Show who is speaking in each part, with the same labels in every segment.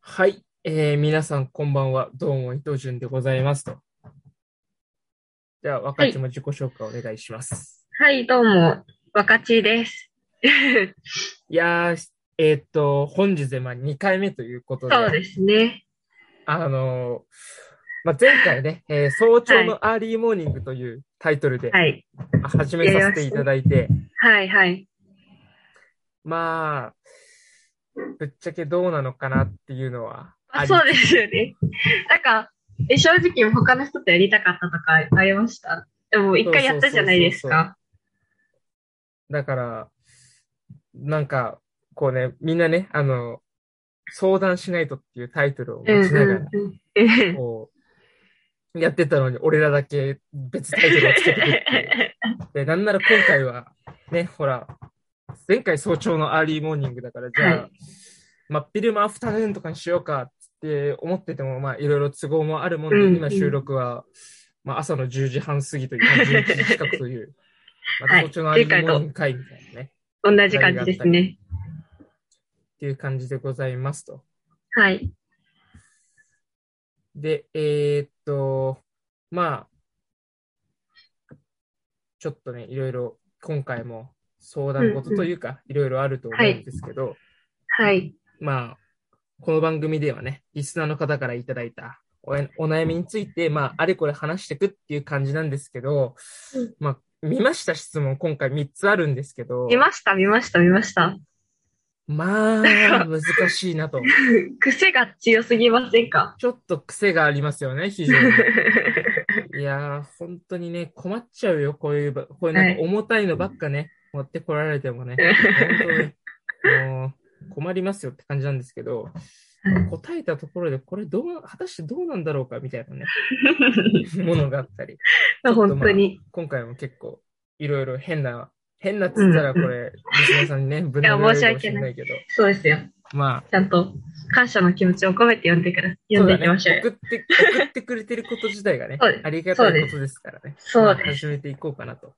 Speaker 1: はい、えー皆さんこんばんは。どうも伊藤潤でございますと。じゃあ、若いちも自己紹介お願いします。
Speaker 2: はい、どうも、若ちです。
Speaker 1: い、やー、えーっと、本日でまあ2回目ということで、
Speaker 2: そうですね。
Speaker 1: あのーまあ、前回ね、えー早朝のアーリーモーニングというタイトルで
Speaker 2: はい。
Speaker 1: まあ始めさせていただいて、
Speaker 2: はい、はい。
Speaker 1: まあ、ぶっちゃけどうなのかなっていうのはあ
Speaker 2: あ
Speaker 1: り、
Speaker 2: そうですよね。なんか、え正直他の人とやりたかったとかありましたでも、一回やったじゃないですか。
Speaker 1: だから、なんか、こうね、みんなね、あの、相談しないとっていうタイトルを持
Speaker 2: うんうん
Speaker 1: ちながら、
Speaker 2: うんうん。
Speaker 1: こう、やってたのに、俺らだけ別タイトルをつけてく っていう。で、なんなら今回は、ね、ほら、前回早朝のアーリーモーニングだから、じゃあ、
Speaker 2: は
Speaker 1: まあ、昼間アフタヌーンとかにしようかって思ってても、まあ、いろいろ都合もあるもんで、
Speaker 2: うんうん
Speaker 1: 今収録は、まあ、朝の10時半過ぎという、まあ11時近くという、まあ、
Speaker 2: はい
Speaker 1: 早朝のアーリーモーニング会みたいなね。
Speaker 2: 同じ感じですね。
Speaker 1: っていう感じでございますと。
Speaker 2: はい。
Speaker 1: で、えーっと、まあ、ちょっとね、いろいろ今回も相談事というか、いろいろあると思うんですけど、
Speaker 2: はい。
Speaker 1: まあ、この番組ではね、リスナーの方からいただいたおやお悩みについて、まあ、あれこれ話していくっていう感じなんですけど、
Speaker 2: うん
Speaker 1: まあ、見ました質問、今回3つあるんですけど、
Speaker 2: 見ました、見ました、見ました。
Speaker 1: まあ、難しいなと。
Speaker 2: 癖が強すぎませんか
Speaker 1: ちょっと癖がありますよね、非常に。いやー、本当にね、困っちゃうよ、こういうば、こういうなんか重たいのばっかね、持ってこられてもね、本当に、もう困りますよって感じなんですけど、答えたところで、これどう、果たしてどうなんだろうかみたいな ね、ものがあったり、
Speaker 2: 本当に。
Speaker 1: 今回も結構、いろいろ変な、変なっつったら、これ、リスナーさんにね、ぶん投げられるかもしれないけど、
Speaker 2: そうですよ。
Speaker 1: まあ、
Speaker 2: ちゃんと感謝の気持ちを込めて読んでから、読んでいきましょうよ。
Speaker 1: そうだね送って、送ってくれてること自体がね
Speaker 2: そうで、す
Speaker 1: ありがたいことですからね。
Speaker 2: そうです
Speaker 1: まあ始めていこうかなと。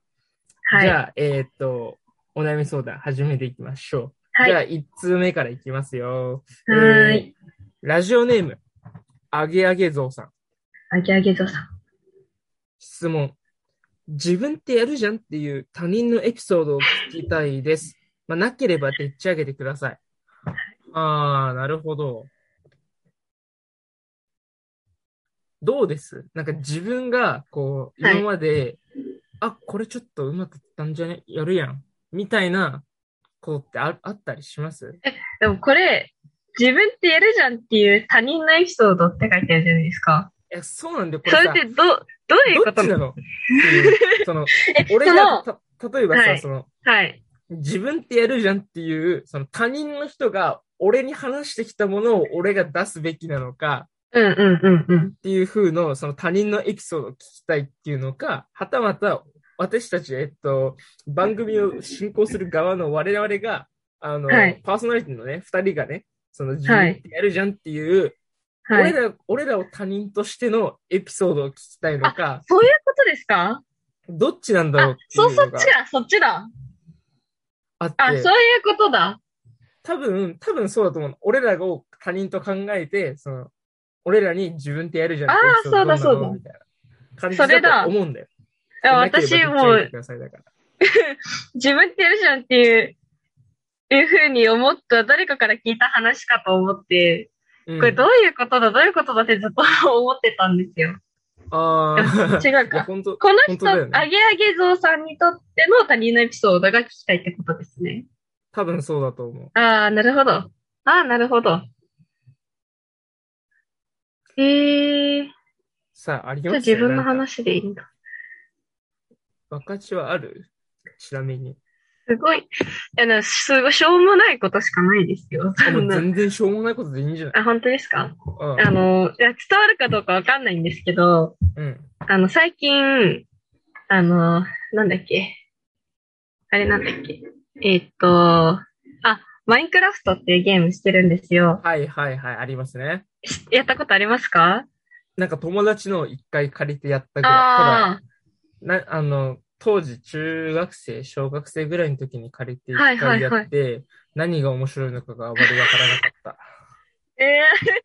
Speaker 2: はい。
Speaker 1: じゃあ、えーっと、お悩み相談始めていきましょう。
Speaker 2: はい。
Speaker 1: じゃ
Speaker 2: は
Speaker 1: あ、1通目からいきますよ。
Speaker 2: ー
Speaker 1: え
Speaker 2: い
Speaker 1: ー。ラジオネーム、あげあげぞうさん。
Speaker 2: あげあげぞさん。
Speaker 1: 質問。自分ってやるじゃんっていう他人のエピソードを聞きたいです。まあ、なければでっち上げてください。あー、なるほど。どうですなんか自分が、こう、
Speaker 2: はい
Speaker 1: 今まで、あ、これちょっとうまくいったんじゃねやるやん。みたいなことってああったりします
Speaker 2: でもこれ、自分ってやるじゃんっていう他人のエピソードって書いてあるじゃないですか。
Speaker 1: え、そうなんだよ。こ
Speaker 2: そ
Speaker 1: れ
Speaker 2: れ
Speaker 1: さ
Speaker 2: っ、てど、どういうこ
Speaker 1: どっ
Speaker 2: と
Speaker 1: ちなのっていうその、
Speaker 2: え、
Speaker 1: 俺
Speaker 2: そ
Speaker 1: が
Speaker 2: の、
Speaker 1: た、例えばさ、
Speaker 2: はい
Speaker 1: その、
Speaker 2: はい。
Speaker 1: 自分ってやるじゃんっていう、その他人の人が俺に話してきたものを俺が出すべきなのか
Speaker 2: うんうんうんうん。
Speaker 1: っていう風の、その他人のエピソードを聞きたいっていうのか、はたまた私たち、えっと、番組を進行する側の我々が、あの、
Speaker 2: はい
Speaker 1: パーソナリティのね、二人がね、その自分ってやるじゃんっていう、
Speaker 2: は
Speaker 1: 俺
Speaker 2: い。
Speaker 1: ら、俺らを他人としてのエピソードを聞きたいのか、
Speaker 2: そういうことですか
Speaker 1: どっちなんだろうっ
Speaker 2: あ、
Speaker 1: てい
Speaker 2: そうう、そ
Speaker 1: の
Speaker 2: っ
Speaker 1: が
Speaker 2: ちだ、そっちだ。
Speaker 1: あって。
Speaker 2: あ、そういうことだ。
Speaker 1: 多分、多分そうだと思うの。俺らを他人と考えて、その、俺らに自分ってやるじゃん。
Speaker 2: あー
Speaker 1: エピソード
Speaker 2: そう
Speaker 1: どんなの
Speaker 2: だそうだ
Speaker 1: みたいな感じ
Speaker 2: それだ
Speaker 1: だと思うんだよ。
Speaker 2: いや私も
Speaker 1: なければぶっちゃけて
Speaker 2: う
Speaker 1: くださいだから
Speaker 2: 自分ってやるじゃんっていう、いうふうに思った誰かから聞いた話かと思って、
Speaker 1: うん
Speaker 2: これどういうことだ、どういうことだってずっと思ってたんで すよ。
Speaker 1: あー。
Speaker 2: 違う
Speaker 1: いや、
Speaker 2: か。
Speaker 1: 本当
Speaker 2: この
Speaker 1: 本当
Speaker 2: 人、
Speaker 1: だよね
Speaker 2: あげあげぞうさんにとっての他人のエピソードが聞きたいってことですね。
Speaker 1: 多分そうだと思う。
Speaker 2: ああ、なるほど。ああ、なるほど。へえー、
Speaker 1: さあ、あり
Speaker 2: じ
Speaker 1: ま
Speaker 2: ゃ
Speaker 1: す
Speaker 2: あ
Speaker 1: か
Speaker 2: 自分の。
Speaker 1: なんか
Speaker 2: 話でいいんだ。
Speaker 1: 若ちはあるちなみに。
Speaker 2: すごい、いやなすごい、しょうもないことしかないですよ。
Speaker 1: あも
Speaker 2: そん
Speaker 1: う
Speaker 2: な
Speaker 1: 全然しょうもないことでいいんじゃない
Speaker 2: あ、本当ですか
Speaker 1: うん
Speaker 2: あの、いや伝わるかどうかわかんないんですけど、
Speaker 1: うん。
Speaker 2: あの、最近、あの、なんだっけ。あれなんだっけ。えーっと、あ、マインクラフトっていうゲームしてるんですよ。
Speaker 1: はいはいはい、ありますね。
Speaker 2: しやったことありますか
Speaker 1: なんか友達の一回借りてやったぐらい。ただ
Speaker 2: あ
Speaker 1: な、あの、当時、中学生、小学生ぐらいの時に借りて一
Speaker 2: はいは
Speaker 1: 回
Speaker 2: い
Speaker 1: や
Speaker 2: はい
Speaker 1: って、何が面白いのかがあまりわからなかった。
Speaker 2: え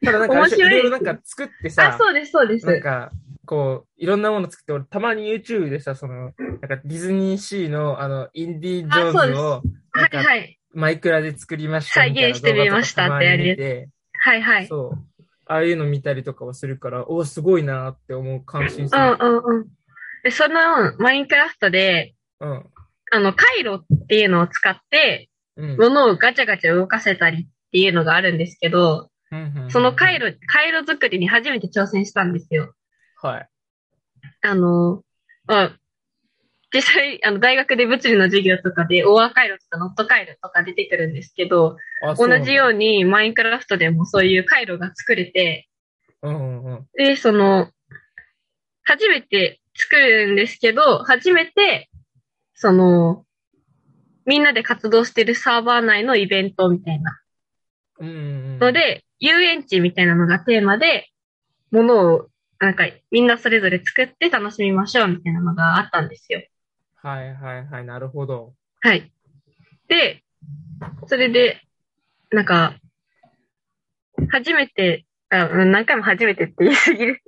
Speaker 1: ただなんか、
Speaker 2: 面白い
Speaker 1: ろいろなんか作って
Speaker 2: ー、あ、
Speaker 1: さ、
Speaker 2: そうです、そうです。
Speaker 1: なんか、こう、いろんなもの作って、俺、たまに YouTube でさ、その、なんかディズニーシーの、あの、インディ・ジョーンズを、なん
Speaker 2: はい
Speaker 1: か、
Speaker 2: はい。
Speaker 1: マイクラで作りましたみたいな
Speaker 2: 再現してみましたってやるやつ
Speaker 1: 動画とかたまに見て
Speaker 2: はいはい。
Speaker 1: そう。ああいうの見たりとかはするから、おーすごいなーって思う感心す
Speaker 2: う
Speaker 1: る。
Speaker 2: んうんうん。でその、マインクラフトで、
Speaker 1: うん。
Speaker 2: あの、回路っていうのを使って、
Speaker 1: うん。
Speaker 2: 物をガチャガチャ動かせたりっていうのがあるんですけど、
Speaker 1: うん
Speaker 2: その回。
Speaker 1: うん
Speaker 2: 路、回路作りに初めて挑戦したんですよ。
Speaker 1: はい。
Speaker 2: あの、まあ、実際、あの、大学で物理の授業とかで、オア回路とかノット回路とか出てくるんですけど、
Speaker 1: あ
Speaker 2: 同じよ
Speaker 1: う
Speaker 2: うにマインクラフトでもそういう回路が作れて、
Speaker 1: に。うんうんうん。
Speaker 2: で、その、初めて作るんですけど、初めて、その、みんなで活動してるサーバー内のイベントみたいな
Speaker 1: うんうんうん。
Speaker 2: ので、遊園地みたいなのがテーマで、ものを、なんか、みんなそれぞれ作って楽しみましょうみたいなのがあったんですよ。
Speaker 1: はいはいはい、なるほど。
Speaker 2: はい。で、それで、なんか、初めて、あうん何回も初めてって言い過ぎる。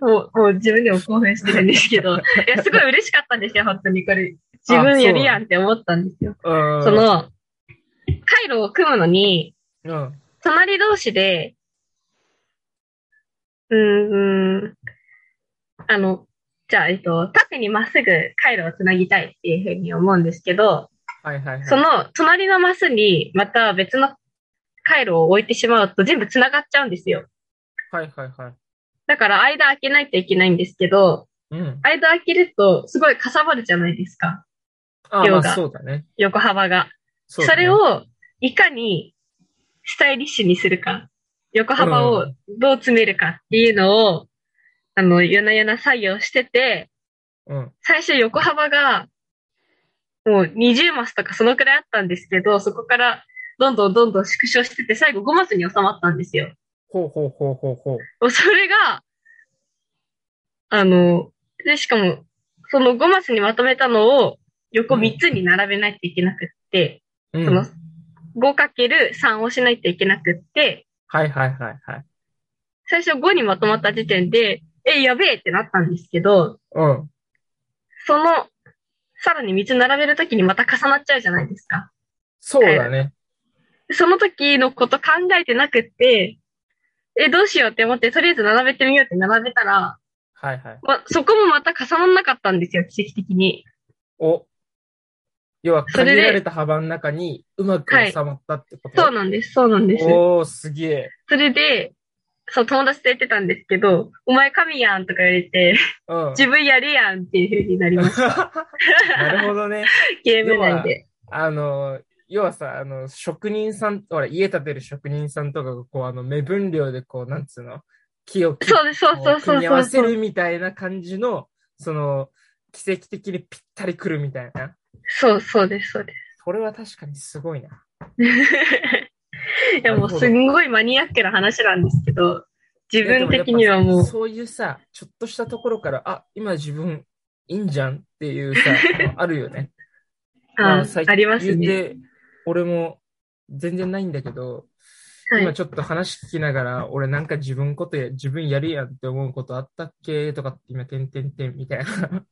Speaker 2: もう、もう自分でも興奮してるんですけど、いや、すごい嬉しかったんですよ、本当にこれ。自分やるやんって思ったんですよ。
Speaker 1: うん。
Speaker 2: そ、の、回路を組むのに、
Speaker 1: うん。
Speaker 2: 隣同士で、うーん、あの、じゃあ、えっと、縦にまっすぐ回路をつなぎたいっていうふうに思うんですけど、
Speaker 1: はいはいはい。
Speaker 2: その隣のマスにまた別の回路を置いてしまうと全部つながっちゃうんですよ。
Speaker 1: はいはいはい。
Speaker 2: だから間開けないといけないんですけど、
Speaker 1: うん。
Speaker 2: 間開けるとすごいかさばるじゃないですか。
Speaker 1: あ、ま
Speaker 2: 量
Speaker 1: あ
Speaker 2: が
Speaker 1: そうだね。
Speaker 2: 横幅が。
Speaker 1: そ
Speaker 2: そう
Speaker 1: だね
Speaker 2: れ、をいかにスタイリッシュにするか、横幅をどう詰めるかっていうのを、あの、夜な夜な作業してて、
Speaker 1: うん。
Speaker 2: 最初横幅が、もう20マスとかそのくらいあったんですけど、そこからどんどんどんどん縮小してて、最後5マスに収まったんですよ。
Speaker 1: ほうほうほうほうほう。
Speaker 2: もうそれが、あの、で、しかも、その5マスにまとめたのを横3つに並べないといけなくって、
Speaker 1: うん。
Speaker 2: その
Speaker 1: はい
Speaker 2: 5×3 をしないといけなくって、
Speaker 1: はいはいはい。
Speaker 2: 最初5にまとまった時点で、え、やべえってなったんですけど、
Speaker 1: うん。
Speaker 2: その、さらに3つ並べるときにまた重なっちゃうじゃないですか。
Speaker 1: そうだね。
Speaker 2: その時のこと考えてなくって、え、どうしようって思って、とりあえず並べてみようって並べたら、
Speaker 1: はいはい。
Speaker 2: ま、そこもまた重ならなかったんですよ、奇跡的に。
Speaker 1: お。要は、
Speaker 2: それ
Speaker 1: 限
Speaker 2: で
Speaker 1: られた幅の中にうまく収まったってこと。
Speaker 2: そうなんです、そうなんです。
Speaker 1: おー、すげえ。
Speaker 2: それで、そう、友達と言ってたんですけど、お前神やんとか言われて、
Speaker 1: うん。
Speaker 2: 自分やるやんっていう風になりました。
Speaker 1: なるほどね。
Speaker 2: ゲーム内で。
Speaker 1: あの、要はさ、あの、職人さん、ほら、家建てる職人さんとかが、こう、あの、目分量で、こう、なんつうの、木を切って
Speaker 2: そうです、そうそう
Speaker 1: 組
Speaker 2: そう
Speaker 1: み合わせ
Speaker 2: そうそう。
Speaker 1: るみたいな感じの、その、奇跡的にぴったりくるみたいな。
Speaker 2: そうそうです、そうで
Speaker 1: これは確かにすごいな。
Speaker 2: す。いや、もうすんごいマニアックな話なんですけど、自分的には
Speaker 1: でやっ
Speaker 2: も
Speaker 1: ぱ
Speaker 2: う、
Speaker 1: そういうさ、ちょっとしたところから、あ、今自分、いいんじゃんっていう さ、あるよね。ま
Speaker 2: あ
Speaker 1: 最、近
Speaker 2: ありますね。
Speaker 1: 言うて、俺も全然ないんだけど、
Speaker 2: はい
Speaker 1: 今。ちょっと話聞きながら、俺なんか自分ことや、自分やるやんって思うことあったっけとかって今、てんてんてんみたいな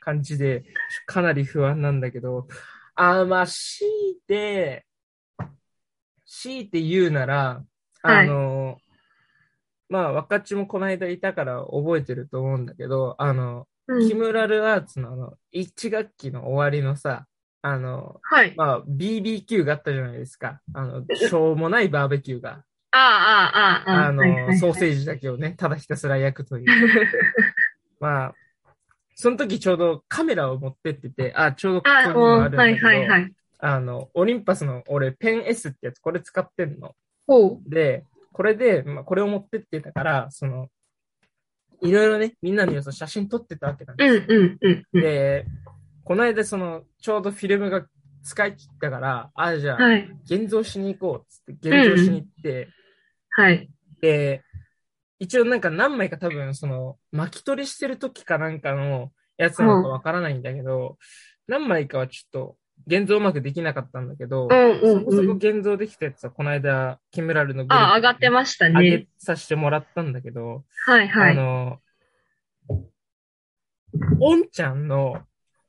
Speaker 1: 感じで、かなり不安なんだけど、あーまあ、強いて、強いて言うなら、あの、まあ、若っちもこの間いたから覚えてると思うんだけど、あの、
Speaker 2: うん
Speaker 1: キムラルアーツのあの、1学期の終わりのさ、あの、
Speaker 2: はい。
Speaker 1: まあ、BBQ があったじゃないですか。あの、しょうもないバーベキューが。
Speaker 2: ああ、 ああ、ああ。
Speaker 1: あ
Speaker 2: はいはいは
Speaker 1: の、
Speaker 2: い
Speaker 1: ソーセージだけをね、ただひたすら焼くと いう。まあ、その時ちょうどカメラを持ってってて、あ、ちょうどここ
Speaker 2: あ
Speaker 1: に
Speaker 2: も
Speaker 1: も
Speaker 2: う、
Speaker 1: あるんだ
Speaker 2: は
Speaker 1: け
Speaker 2: い
Speaker 1: ど、
Speaker 2: はいはい。
Speaker 1: あの、オリンパスの俺、ペン S ってやつ、これ使ってんの。
Speaker 2: ほう。
Speaker 1: で、これで、まあ、これを持ってってたから、その、いろいろね、みんなにその写真撮ってたわけなん
Speaker 2: うんうんうんうん。
Speaker 1: で、この間その、ちょうどフィルムが使い切ったから、あ、じゃあ、
Speaker 2: はい。
Speaker 1: 現像しに行こうっつって、現像しに行って、
Speaker 2: はい。
Speaker 1: で、一応なんか何枚か多分その巻き取りしてる時かなんかのやつなのかわからないんだけど、何枚かはちょっと現像うまくできなかったんだけど、
Speaker 2: うん
Speaker 1: そこそ
Speaker 2: うんう
Speaker 1: こ
Speaker 2: ん。
Speaker 1: 現像できたやつは、この間、キムラルのグルー
Speaker 2: あ、
Speaker 1: プ
Speaker 2: 上がってました
Speaker 1: 上げ
Speaker 2: ね。
Speaker 1: させてもらったんだけど、
Speaker 2: はいは
Speaker 1: あ
Speaker 2: い。
Speaker 1: の、おんちゃんの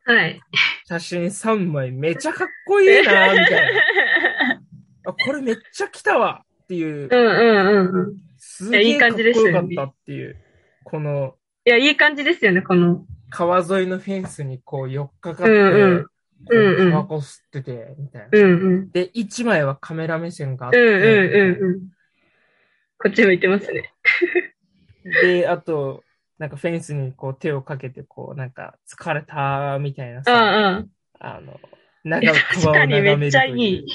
Speaker 2: はい。
Speaker 1: 写真3枚めちゃかっこいいな、みたいな。 あ、これめっちゃ来たわっていう
Speaker 2: う、んうんうんうん。
Speaker 1: すげ
Speaker 2: い
Speaker 1: え
Speaker 2: やいい
Speaker 1: かっこ
Speaker 2: 感じでした
Speaker 1: よか
Speaker 2: よ
Speaker 1: っ
Speaker 2: ね
Speaker 1: たっていう、この
Speaker 2: いや、いい感じですよね、この。
Speaker 1: 川沿いのフェンスにこう寄っかかって、
Speaker 2: うんうん
Speaker 1: こう
Speaker 2: うんうん
Speaker 1: タバコ吸ってて、みたいな。
Speaker 2: うんうん。
Speaker 1: で、1枚はカメラ目線があっ
Speaker 2: うん
Speaker 1: て、
Speaker 2: うんうんうん。こっち向いてますね。
Speaker 1: で、あと、なんかフェンスにこう手をかけて、こう、なんか疲れたみたいな
Speaker 2: う
Speaker 1: さ、
Speaker 2: ん
Speaker 1: あの、
Speaker 2: うん。
Speaker 1: 長い
Speaker 2: 確
Speaker 1: 川を
Speaker 2: か
Speaker 1: 眺
Speaker 2: に
Speaker 1: めると
Speaker 2: めっちゃい
Speaker 1: いう
Speaker 2: い。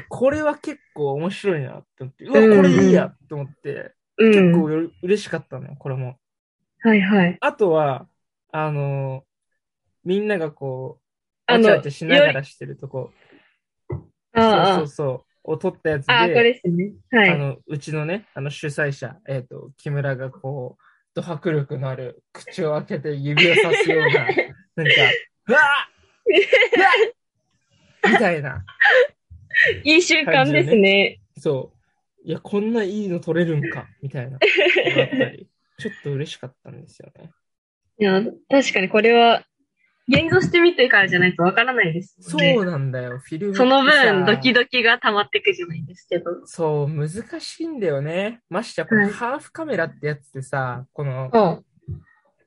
Speaker 1: でこれは結構面白いなって思って、う
Speaker 2: うんう
Speaker 1: わ、
Speaker 2: ん
Speaker 1: これいいやって思って、
Speaker 2: う
Speaker 1: 結
Speaker 2: ん。
Speaker 1: 構よ嬉しかったのよ、これも。
Speaker 2: はいはい。
Speaker 1: あとは、あの、みんながこう、
Speaker 2: あ
Speaker 1: わ
Speaker 2: の
Speaker 1: ちゃわちゃしながらしてるとこ、
Speaker 2: あ
Speaker 1: そ
Speaker 2: あ
Speaker 1: うそうそう、を撮ったやつで、
Speaker 2: ああ、これですね。は
Speaker 1: あ
Speaker 2: い。
Speaker 1: の、うちのね、あの主催者、えっ、と、木村がこう、ド迫力のある口を開けて指をさすよう な、なんか、うわーうわーみたいな。
Speaker 2: いい習慣ですね。
Speaker 1: そう。いや、こんないいの撮れるん か、みたいな。だったり、ちょっと嬉しかったんですよね。
Speaker 2: いや、確かにこれは、現像してみてからじゃないとわからないですも
Speaker 1: そ
Speaker 2: んね、
Speaker 1: うなんだよ、フィルムってさ。
Speaker 2: その分、ドキドキが溜まってくじゃないですけど。
Speaker 1: そう、難しいんだよね。ましてや、この
Speaker 2: はい
Speaker 1: ハーフカメラってやつってさ、この
Speaker 2: うん。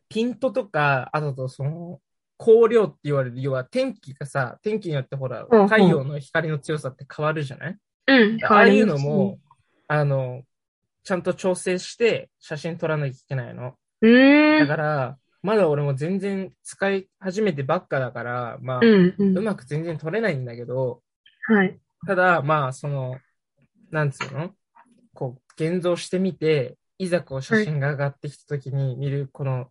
Speaker 1: ピントとか、あとその、光量って言われる、要は天気がさ、天気によってほら、
Speaker 2: うんうん
Speaker 1: 太陽の光の強さって変わるじゃない
Speaker 2: うん。
Speaker 1: ああいうのも、あの、ちゃんと調整して写真撮らなきゃいけないの。
Speaker 2: 変わり
Speaker 1: だ
Speaker 2: ますね。
Speaker 1: から、まだ俺も全然使い始めてばっかだから、まあ、
Speaker 2: う
Speaker 1: う
Speaker 2: ーん。うん。うん。
Speaker 1: まく全然撮れないんだけど、
Speaker 2: はい。
Speaker 1: ただ、まあ、その、なんつうのこう、現像してみて、いざこう写真が上がってきた時に見る、この、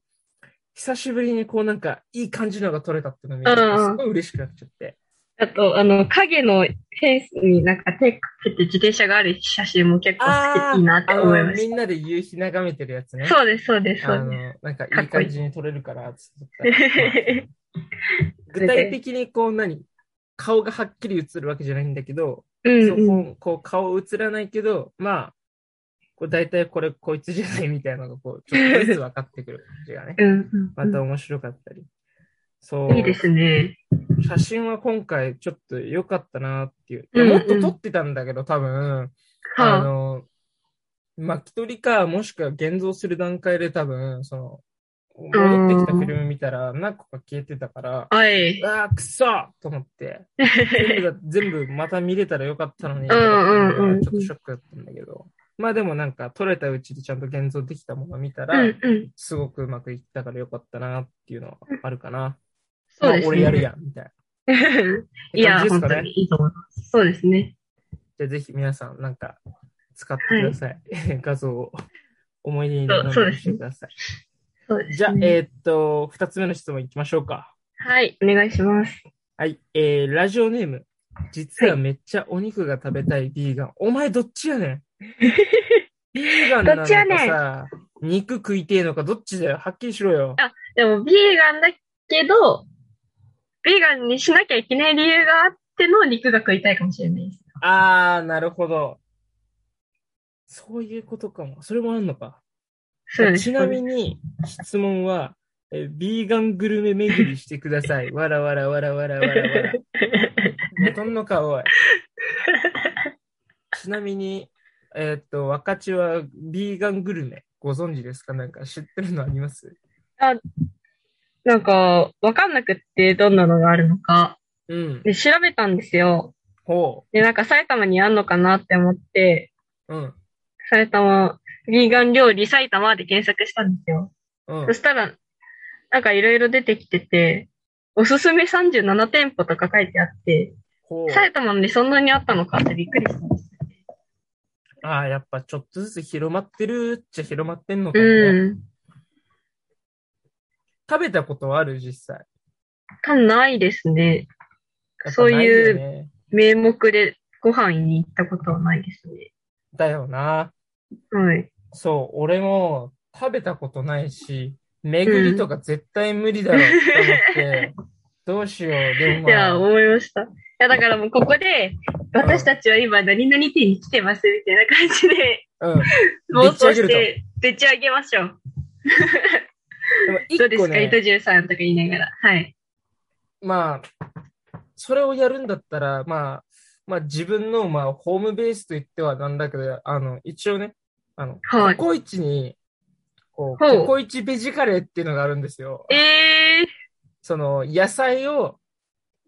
Speaker 1: 久しぶりにこうなんか、いい感じのが撮れたっていうのを見る
Speaker 2: うん
Speaker 1: と、
Speaker 2: うん
Speaker 1: すごい嬉しくなっちゃって。
Speaker 2: あと、あの、影のフェンスになんか手かけて自転車がある写真も結構好
Speaker 1: あ
Speaker 2: きいいなって
Speaker 1: あ
Speaker 2: 思い
Speaker 1: の、
Speaker 2: ま
Speaker 1: み
Speaker 2: し
Speaker 1: んなで夕日眺めてるやつね
Speaker 2: た。。そうです、そうです、そ
Speaker 1: あ
Speaker 2: うで
Speaker 1: の、なんかい
Speaker 2: かっ
Speaker 1: い
Speaker 2: こいい
Speaker 1: 感じに撮れるから、つって言ったらまあ
Speaker 2: す。
Speaker 1: 具体的にこう何顔がはっきり映るわけじゃないんだけど、
Speaker 2: うん
Speaker 1: そう
Speaker 2: う
Speaker 1: こ
Speaker 2: ん。、
Speaker 1: うこう顔映らないけど、まあ、こう大体これこいつじゃないみたいなのがこう、ちょっとずつ分かってくる感じがね
Speaker 2: うんうん
Speaker 1: また面白かったり。そう
Speaker 2: うん。いいですね。
Speaker 1: 写真は今回ちょっと良かったなっていう。
Speaker 2: うんうん
Speaker 1: もっと撮ってたんだけど、多分、あ
Speaker 2: はあ。
Speaker 1: の、巻き取りか、もしくは現像する段階で多分、その、戻ってきたフィルム見たら何個か消えてたから、
Speaker 2: はい。
Speaker 1: うわー、くそーと思って、全部 が全部また見れたらよかったのに、
Speaker 2: うんうんうん
Speaker 1: ちょっとショックだったんだけど。まあでもなんか、撮れたうちでちゃんと現像できたものを見た
Speaker 2: う
Speaker 1: ら、
Speaker 2: んうん。
Speaker 1: すごくうまくいったからよかったなっていうのはあるかな。
Speaker 2: そ
Speaker 1: ま
Speaker 2: う
Speaker 1: あ
Speaker 2: ですね。
Speaker 1: 俺やるやん、みたいな。
Speaker 2: いや、
Speaker 1: って感じです
Speaker 2: 本当
Speaker 1: かね。
Speaker 2: にいいと思います。そうですね。
Speaker 1: じゃあぜひ皆さん、なんか、使ってください。画像を思い出に
Speaker 2: そう
Speaker 1: 残してください。
Speaker 2: そうです
Speaker 1: じゃあ、
Speaker 2: ね
Speaker 1: えーっと、二つ目の質問いきましょうか。
Speaker 2: はい、お願いします。
Speaker 1: はい、えー、ラジオネーム。実はめっちゃお肉が食べたいビーガン。お前どっちやね んビーガンなのか
Speaker 2: どっちや
Speaker 1: さ、肉食いてえのかどっちだよ。はっきりしろよ。
Speaker 2: あでも、ビーガンだけど、ビーガンにしなきゃいけない理由があっての肉が食いたいかもしれないです。
Speaker 1: あー、なるほど。そういうことかも。それもあんのか。
Speaker 2: そうです。
Speaker 1: ちなみに、質問は、えービーガングルメ巡りしてくだ さい。わらわらわらわらわらわら。寝とんのか、おい。ちなみに、えーっと、若ちはビーガングルメ、ご存知ですかなんか知ってるのあります
Speaker 2: なんか、わかんなくってどんなのがあるのか。
Speaker 1: うん。
Speaker 2: で、調べたんですよ。
Speaker 1: ほ
Speaker 2: で、なんか埼玉にあんのかなって思って、
Speaker 1: う。うん。
Speaker 2: 埼玉、ビーガン料理埼玉で検索したんですよ。
Speaker 1: うん
Speaker 2: そ。したら、なんかいろいろ出てきてて、おすすめ37店舗とか書いてあって、
Speaker 1: ほう。
Speaker 2: 埼玉にそんなにあったのかってびっくりしたんです。
Speaker 1: ああ、やっぱちょっとずつ広まってるっちゃ広まってんのかもね。
Speaker 2: うん。
Speaker 1: 食べたことはある実際。
Speaker 2: 多分ないですね。
Speaker 1: やっぱ
Speaker 2: そう
Speaker 1: ないよ
Speaker 2: う
Speaker 1: ね。
Speaker 2: 名目でご飯に行ったことはないですね。
Speaker 1: だよな。
Speaker 2: はい。
Speaker 1: そう、俺も食べたことないし、巡りとか絶対無理だろうって思って、どうしよう。でも
Speaker 2: いや、
Speaker 1: まあ、
Speaker 2: 思いました。いや、だからもうここで、私たちは今何々店に来てますみたいな感じで、
Speaker 1: うん。で
Speaker 2: 妄想
Speaker 1: っち上
Speaker 2: し
Speaker 1: げ
Speaker 2: て、でっち上げましょう。
Speaker 1: でも
Speaker 2: どう
Speaker 1: 一
Speaker 2: です
Speaker 1: 個
Speaker 2: か、糸
Speaker 1: ね、
Speaker 2: 十さんとか言いながら。はい。
Speaker 1: まあ、それをやるんだったら、まあ、まあ自分の、まあ、ホームベースと言ってはなんだけど、あの、一応ね、あの、
Speaker 2: はい
Speaker 1: ココイチに、こう、
Speaker 2: ほう
Speaker 1: ココイチベジカレーっていうのがあるんですよ。
Speaker 2: え
Speaker 1: その、野菜を、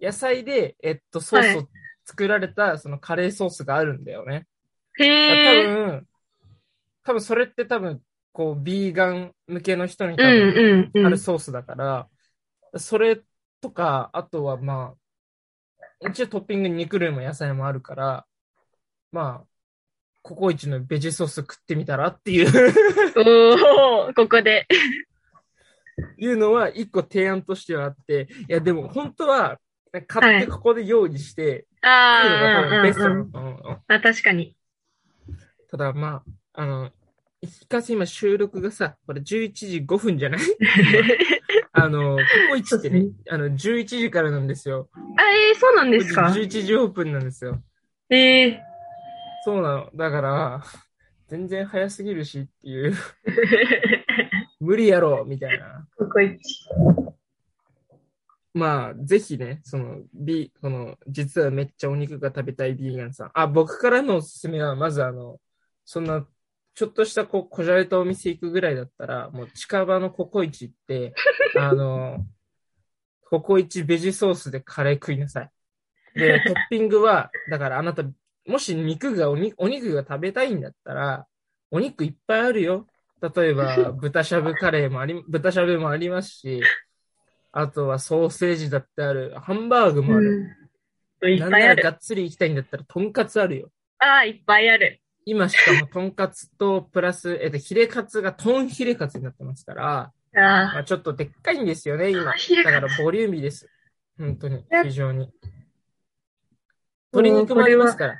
Speaker 1: 野菜で、えっと、ソースを作られた、そのカレーソースがあるんだよね。
Speaker 2: ー、へ
Speaker 1: 多
Speaker 2: ー。
Speaker 1: 分、多分それって多分、こう、ビーガン向けの人に多
Speaker 2: うん
Speaker 1: 分
Speaker 2: うんうん。
Speaker 1: あるソースだから、それとか、あとはまあ、一応トッピングに肉類も野菜もあるから、まあ、ココイチのベジソース食ってみたらっていう、
Speaker 2: おー、ここで。
Speaker 1: いうのは一個提案としてはあって、いやでも本当は、買ってここで用意して、
Speaker 2: あ
Speaker 1: っていうのが多
Speaker 2: ー、
Speaker 1: 分
Speaker 2: うん
Speaker 1: ベスト
Speaker 2: う
Speaker 1: なん
Speaker 2: う
Speaker 1: のか
Speaker 2: ん
Speaker 1: なうん
Speaker 2: あ、確かに。
Speaker 1: ただまあ、あの、いかつ今収録がさ、これ11時5分 じゃないあの、ここ1ってね、あの、11時からなんですよ。
Speaker 2: あ、えー、そうなんですか
Speaker 1: ?11 時オープンなんですよ。
Speaker 2: えー。
Speaker 1: そうなの。だから、全然早すぎるしっていう、無理やろ、みたいな。
Speaker 2: ここ一。
Speaker 1: まあ、ぜひね、その、ビ、この、実はめっちゃお肉が食べたいビーガンさん。あ、僕からのおすすめは、まずあの、そんな、ちょっとしたこう、こじゃれたお店行くぐらいだったら、もう近場のココイチ行って、 あの、ココイチベジソースでカレー食いなさい。 で、トッピングは、だからあなた、もし肉がおに、お肉が食べたいんだったら、お肉いっぱいあるよ。例え ば、豚しゃぶカレーもあり、豚しゃぶもありますし、あとはソーセージだってある、ハンバーグ
Speaker 2: う
Speaker 1: もある。
Speaker 2: ん。いっ
Speaker 1: なん
Speaker 2: ぱい
Speaker 1: な
Speaker 2: あ
Speaker 1: らが
Speaker 2: る。
Speaker 1: っつり行きたいんだったら、とんかつあるよ。
Speaker 2: あー、いっぱいある。
Speaker 1: 今しかもとんかつと、プラス、えっと、ヒレカツがトンヒレカツになってますから、
Speaker 2: あ
Speaker 1: まあ、ちょっとでっかいんですよね、今
Speaker 2: あ。ヒレ
Speaker 1: だ
Speaker 2: カツ
Speaker 1: からボリューミーです。本当に
Speaker 2: や、
Speaker 1: 非常に。鶏肉もありますから。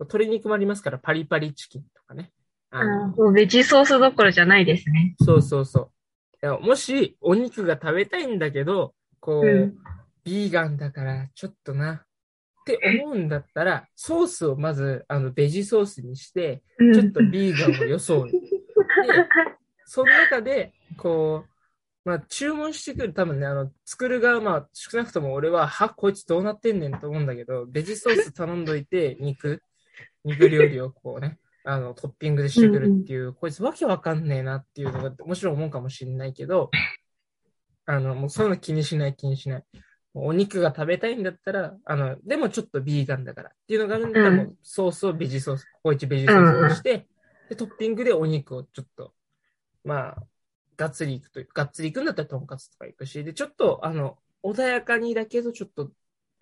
Speaker 1: 鶏肉もありますから、パリパリチキンとかね。
Speaker 2: ー
Speaker 1: あ
Speaker 2: あ
Speaker 1: の
Speaker 2: ー、もうベジソースどころじゃないですね。
Speaker 1: そうそうそういや。もし、お肉が食べたいんだけど、こう、
Speaker 2: うん
Speaker 1: ビーガンだから、ちょっとな、って思うんだったら、ソースをまず、あの、ベジソースにして、ちょっとビーガンを装う。で、その中で、こう、まあ、注文してくる、多分ね、あの、作る側、まあ、少なくとも俺は、は、こいつどうなってんねんと思うんだけど、ベジソース頼んどいて、肉、肉料理をこうね、あの、トッピングでしてくるっていう、こいつわけわかんねえなっていうのが、もちろん思うかもしれないけど、あの、もうそういうの気にしない、気にしない。もうお肉が食べたいんだったら、あの、でもちょっとビーガンだからっていうのがあるんだったら、
Speaker 2: うん
Speaker 1: もうソースをベジソース、ココイチベジソースにして、で、トッピングでお肉をちょっと、まあ、がっつりいくという、がっつりいくんだったらとんかつとかいくし、で、ちょっと、あの、穏やかにだけど、ちょっと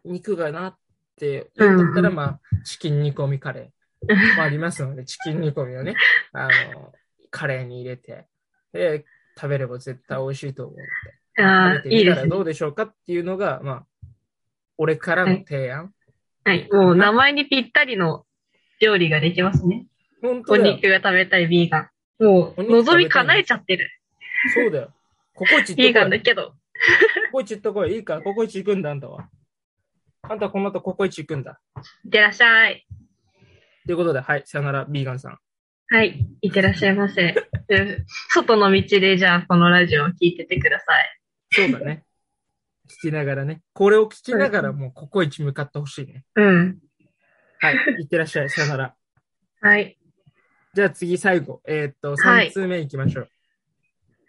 Speaker 1: 肉がなって言うんだったら、
Speaker 2: う
Speaker 1: まあ、チキン煮込みカレ ーもありますので、チキン煮込みをね、あの、カレーに入れて、で、食べれば絶対美味しいと思うので。
Speaker 2: あ
Speaker 1: 食
Speaker 2: ー
Speaker 1: べ
Speaker 2: いい
Speaker 1: てみ
Speaker 2: で
Speaker 1: た
Speaker 2: す
Speaker 1: ら
Speaker 2: ね。
Speaker 1: どうでしょうかっていうのが、まあ、俺からの提案。
Speaker 2: はい。もう名前にぴったりの料理ができますね。
Speaker 1: 本当
Speaker 2: お
Speaker 1: だよ。
Speaker 2: 肉が食べたいビーガン。もう、
Speaker 1: お肉食べたい
Speaker 2: 望み叶えちゃってる。
Speaker 1: そうだよ。ココイチ行
Speaker 2: ビ
Speaker 1: って
Speaker 2: ーガ
Speaker 1: こ
Speaker 2: ン
Speaker 1: い。
Speaker 2: だ
Speaker 1: コ
Speaker 2: けど。
Speaker 1: コイチ行ってこい。いいか、ココイチ行くんだ、あんたは。あんたこの後ココイチ行くんだ。
Speaker 2: いってらっしゃい。
Speaker 1: ということで、はい、さよなら、ビーガンさん。
Speaker 2: はい。いってらっしゃいませ。 で外の道でじゃあこのラジオを聞いててください。
Speaker 1: そうだね。 聞きながらね。これを聞きながら、もうココイチ向かってほしいね。
Speaker 2: うん。
Speaker 1: はい、行ってらっしゃい、さよなら。
Speaker 2: はい。
Speaker 1: じゃあ次、最後。えーっと、
Speaker 2: はい
Speaker 1: 3通目行きましょう。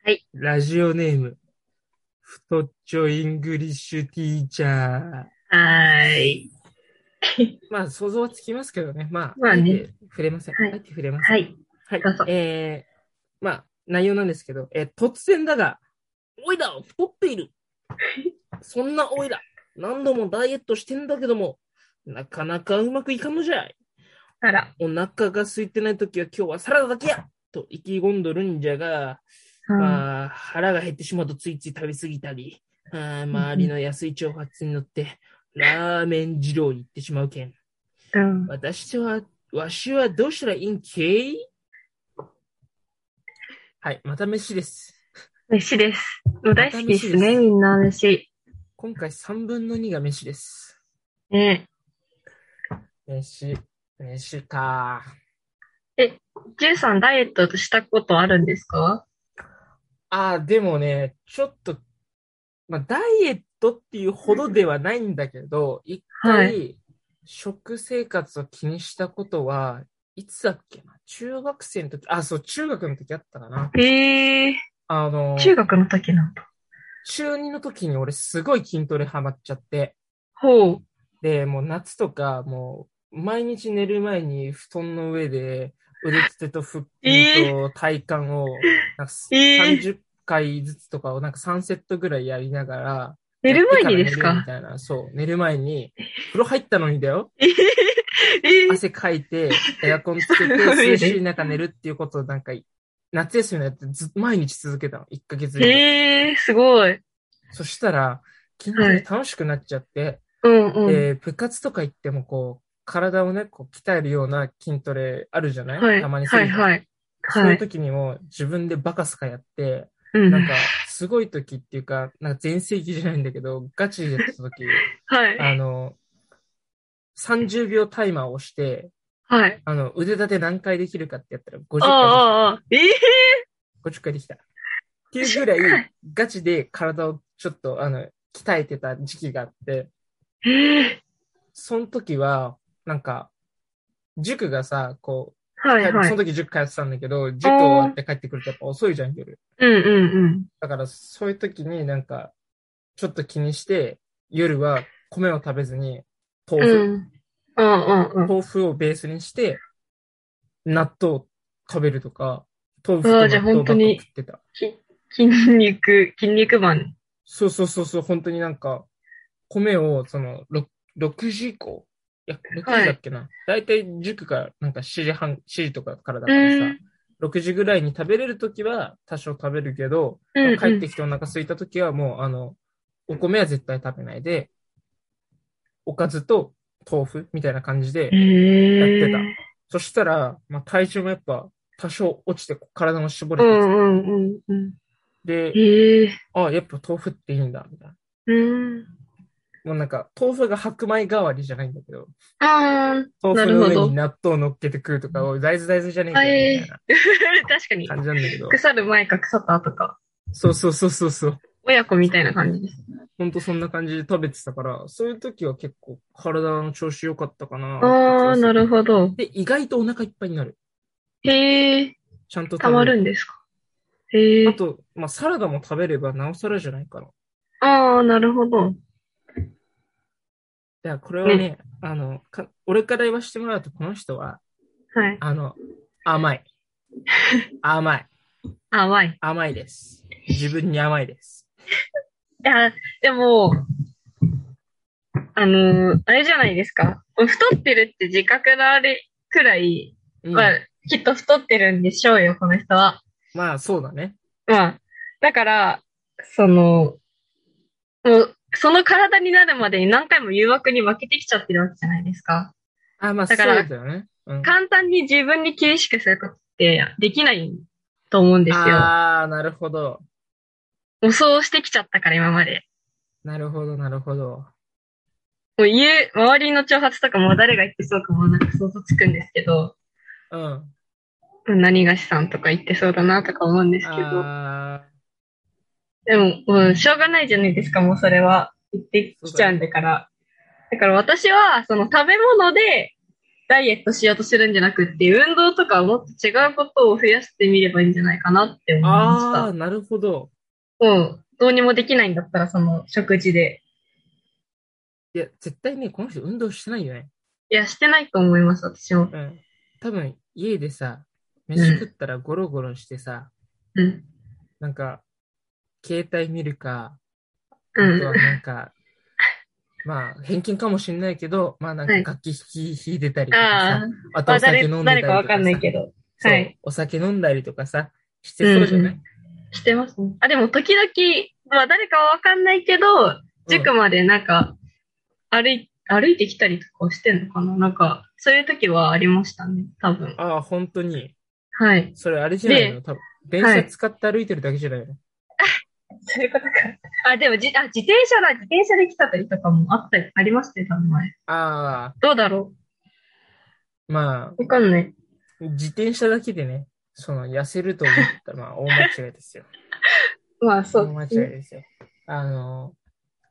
Speaker 2: はい。
Speaker 1: ラジオネーム、太っちょイングリッシュティーチャー。
Speaker 2: はーい。
Speaker 1: まあ、想像はつきますけどね。まあ、
Speaker 2: まあね
Speaker 1: あえて触れません。
Speaker 2: はい
Speaker 1: あえて触れません。。
Speaker 2: はいい。どうぞ
Speaker 1: えー、まあ、内容なんですけど、えー突然だが、オイラを太っている。 そんなオイラ、何度もダイエットしてんだけども、なかなかうまくいかんのじゃい。
Speaker 2: あら。
Speaker 1: お腹が空いてないときは今日はサラダだけやと意気込んどるんじゃが、
Speaker 2: うん
Speaker 1: まあ、腹が減ってしまうとついつい食べ過ぎたり、あー周りの安い挑発に乗って、ラーメン二郎に行ってしまうけん。
Speaker 2: うん。
Speaker 1: 私は、わしはどうしたらいいんけいはい、また飯です。
Speaker 2: 飯です。もう大好きです
Speaker 1: また
Speaker 2: ね、
Speaker 1: 飯です
Speaker 2: みんな飯。
Speaker 1: 今回3分の2が飯です。
Speaker 2: ね
Speaker 1: 飯、飯か。
Speaker 2: ジュンさん、ダイエットしたことあるんですか
Speaker 1: ああ、でもね、ちょっと、まあ、ダイエットっていうほどではないんだけ ど、一
Speaker 2: は
Speaker 1: 回、食生活を気にしたことは、いつだっけな中学生の時、あ、そう、中学の時あったかな。
Speaker 2: ええ
Speaker 1: あの、
Speaker 2: 中学の時なんだ。
Speaker 1: 中2の時に俺すごい筋トレハマっちゃって、
Speaker 2: ほう。
Speaker 1: で、もう夏とか、もう、毎日寝る前に布団の上で、腕立てと腹筋と体幹を、なんか
Speaker 2: えー
Speaker 1: 30回ずつとかをなんか3セットぐらいやりながら、
Speaker 2: 寝る前にです
Speaker 1: やって寝る
Speaker 2: から
Speaker 1: みたいな、そう、寝る前に、風呂入ったのにだよ。
Speaker 2: ええ
Speaker 1: 汗かい て、エアコンつけて、涼しい中寝るっていうことをなんか、夏休みのやつず、毎日続けたの。1ヶ月以上。
Speaker 2: ええすごい。
Speaker 1: そしたら、筋トレ楽しくなっちゃって、
Speaker 2: うんうん。
Speaker 1: で部活とか行ってもこう、体をね、こう鍛えるような筋トレあるじゃない、
Speaker 2: はい。
Speaker 1: たまにす
Speaker 2: は
Speaker 1: る
Speaker 2: い
Speaker 1: じゃん
Speaker 2: はい。
Speaker 1: その
Speaker 2: はい。
Speaker 1: 時にも自分でバカすかやって、
Speaker 2: うん。
Speaker 1: なんか、すごい時っていうか、なんか全盛期じゃないんだけど、ガチでやってた 時、
Speaker 2: はい。
Speaker 1: あの、30秒タイマーを押して、
Speaker 2: はい。
Speaker 1: あの、腕立て何回できるかってやったら50
Speaker 2: ああ
Speaker 1: 回で
Speaker 2: ああ、ええ
Speaker 1: きた。50回できた。っていうぐら い、ガチで体をちょっと、あの、鍛えてた時期があって、
Speaker 2: ええ
Speaker 1: その時は、なんか、塾がさ、こう、
Speaker 2: はいは
Speaker 1: そ
Speaker 2: い。
Speaker 1: の時塾通ってたんだけど、塾終わって帰ってくるとやっぱ遅いじゃん、夜。
Speaker 2: うんうん
Speaker 1: だから、そういう時になんか、ちょっと気にして、夜は米を食べずに、
Speaker 2: うん。
Speaker 1: 豆腐、
Speaker 2: うん。うんうんうん。
Speaker 1: 豆腐をベースにして、納豆を食べるとか、豆腐
Speaker 2: うわ
Speaker 1: と
Speaker 2: ーじゃ
Speaker 1: 納
Speaker 2: あ
Speaker 1: 豆ばっか
Speaker 2: 本当に
Speaker 1: 食ってた。
Speaker 2: 筋肉、筋肉マン。
Speaker 1: そうそうそうそう、本当になんか、米をそのろ6時以降、いや、6時だっけな。だいたい塾からなんか7時半、7時とかからだからさ、
Speaker 2: うん
Speaker 1: 6時ぐらいに食べれるときは多少食べるけど、
Speaker 2: うんうん
Speaker 1: 帰ってきてお腹空いたときはもうあの、お米は絶対食べないで、おかずと豆腐みたいな感じで、
Speaker 2: え
Speaker 1: やってそしたら、まあ、体重もやっぱ多少落ちて体も絞
Speaker 2: う
Speaker 1: れ
Speaker 2: ん
Speaker 1: て
Speaker 2: うんうんうん。
Speaker 1: で、
Speaker 2: ええ
Speaker 1: あ、やっぱ豆腐っていいんだ、みたいな。
Speaker 2: うん。
Speaker 1: もうなんか、豆腐が白米代わりじゃないんだけど、
Speaker 2: ああ、
Speaker 1: 豆腐
Speaker 2: なる
Speaker 1: の
Speaker 2: ほ
Speaker 1: 上
Speaker 2: ど
Speaker 1: に納豆を乗っけて食うとか、おい大豆大豆じゃねえか
Speaker 2: は
Speaker 1: よ、
Speaker 2: い
Speaker 1: みたいな
Speaker 2: 確かに。
Speaker 1: 感じなんだけど。
Speaker 2: 腐る前か腐った後か。
Speaker 1: そうそうそうそうそう。
Speaker 2: 親子みたいな感じです。
Speaker 1: ほんとそんな感じで食べてたから、そういう時は結構体の調子良かったかな。
Speaker 2: ああ、な
Speaker 1: ど。
Speaker 2: るほど。
Speaker 1: で、意外とお腹いっぱいになる。
Speaker 2: へえ、
Speaker 1: ちゃんと
Speaker 2: たまるんですか。へ
Speaker 1: あ
Speaker 2: え、
Speaker 1: と、まあ、サラダも食べればなおさらじゃないかな。
Speaker 2: ああ、なるほど。
Speaker 1: いや、これはね、あの、か、俺から言わせてもらうと、この人は、
Speaker 2: はい。
Speaker 1: あの、甘 い。甘い。
Speaker 2: 甘い。
Speaker 1: 甘いです。自分に甘いです。
Speaker 2: いや、でも、あのーあれじゃないですか。太ってるって自覚のあれくらい、
Speaker 1: うん、
Speaker 2: まあ、きっと太ってるんでしょうよ、この人は。
Speaker 1: まあ、そうだね。
Speaker 2: まあ、だから、その、もう、その体になるまでに何回も誘惑に負けてきちゃってるわけじゃないですか。
Speaker 1: あ、まあ、そう
Speaker 2: だか
Speaker 1: だ
Speaker 2: ら
Speaker 1: よね。うん、
Speaker 2: 簡単に自分に厳しくすることってできないと思うんですよ。
Speaker 1: ああ、なるほど。
Speaker 2: もうそうしてきちゃったから今まで。
Speaker 1: なるほど、なるほど。
Speaker 2: もう言う、周りの挑発とかも誰が言ってそうかもなんか想像つくんですけど、
Speaker 1: うん。
Speaker 2: 何がしさんとか言ってそうだなとか思うんですけど、
Speaker 1: ああ、
Speaker 2: でも、もうしょうがないじゃないですか、もうそれは。言ってきちゃうんだから。だから私は、その食べ物でダイエットしようとするんじゃなくって、運動とかをもっと違うことを増やしてみればいいんじゃないかなって思いまし
Speaker 1: あ
Speaker 2: た
Speaker 1: あ、。なるほど。
Speaker 2: うん。どうにもできないんだったら、その食事で。
Speaker 1: いや、絶対ね、この人運動してないよね。
Speaker 2: いや、してないと思います、私も。
Speaker 1: うん。多分、家でさ、飯食ったらゴロゴロしてさ、
Speaker 2: うん。
Speaker 1: なんか、携帯見るか、
Speaker 2: う
Speaker 1: あとは
Speaker 2: ん。
Speaker 1: なんか、まあ、偏見かもしれないけど、まあなんか
Speaker 2: はい
Speaker 1: 楽器弾き弾いてたりとか
Speaker 2: あ
Speaker 1: さ、
Speaker 2: あ、
Speaker 1: あと
Speaker 2: ま
Speaker 1: お
Speaker 2: あ、
Speaker 1: 酒
Speaker 2: 誰
Speaker 1: 飲ん、でたり
Speaker 2: 誰
Speaker 1: と
Speaker 2: か
Speaker 1: か
Speaker 2: わ
Speaker 1: さ
Speaker 2: かんないけど。
Speaker 1: そう
Speaker 2: はい
Speaker 1: お酒飲んだりとかさ、してそうじゃない、
Speaker 2: うんしてますね。あ、でも時々、まあ誰かはわかんないけど、塾までなんか、歩い、歩いてきたりとかしてんのかななんか、そういう時はありましたね、多分。
Speaker 1: ああ、本当に。
Speaker 2: はい。
Speaker 1: それあれじゃないの
Speaker 2: で
Speaker 1: 多分、電車使って歩いてるだけじゃないの、
Speaker 2: そういうことか。あ、でもじ、あ、自転車だ。自転車で来た時とかもあったり、ありましたよ、多分前。
Speaker 1: ああ、
Speaker 2: どうだろ
Speaker 1: まあ、
Speaker 2: うわかんない。
Speaker 1: 自転車だけでね、その痩せると思 ったら、まあ、大間違いですよ。
Speaker 2: まあ、そう
Speaker 1: 大間違
Speaker 2: で
Speaker 1: い
Speaker 2: すね。
Speaker 1: ですよ。あの、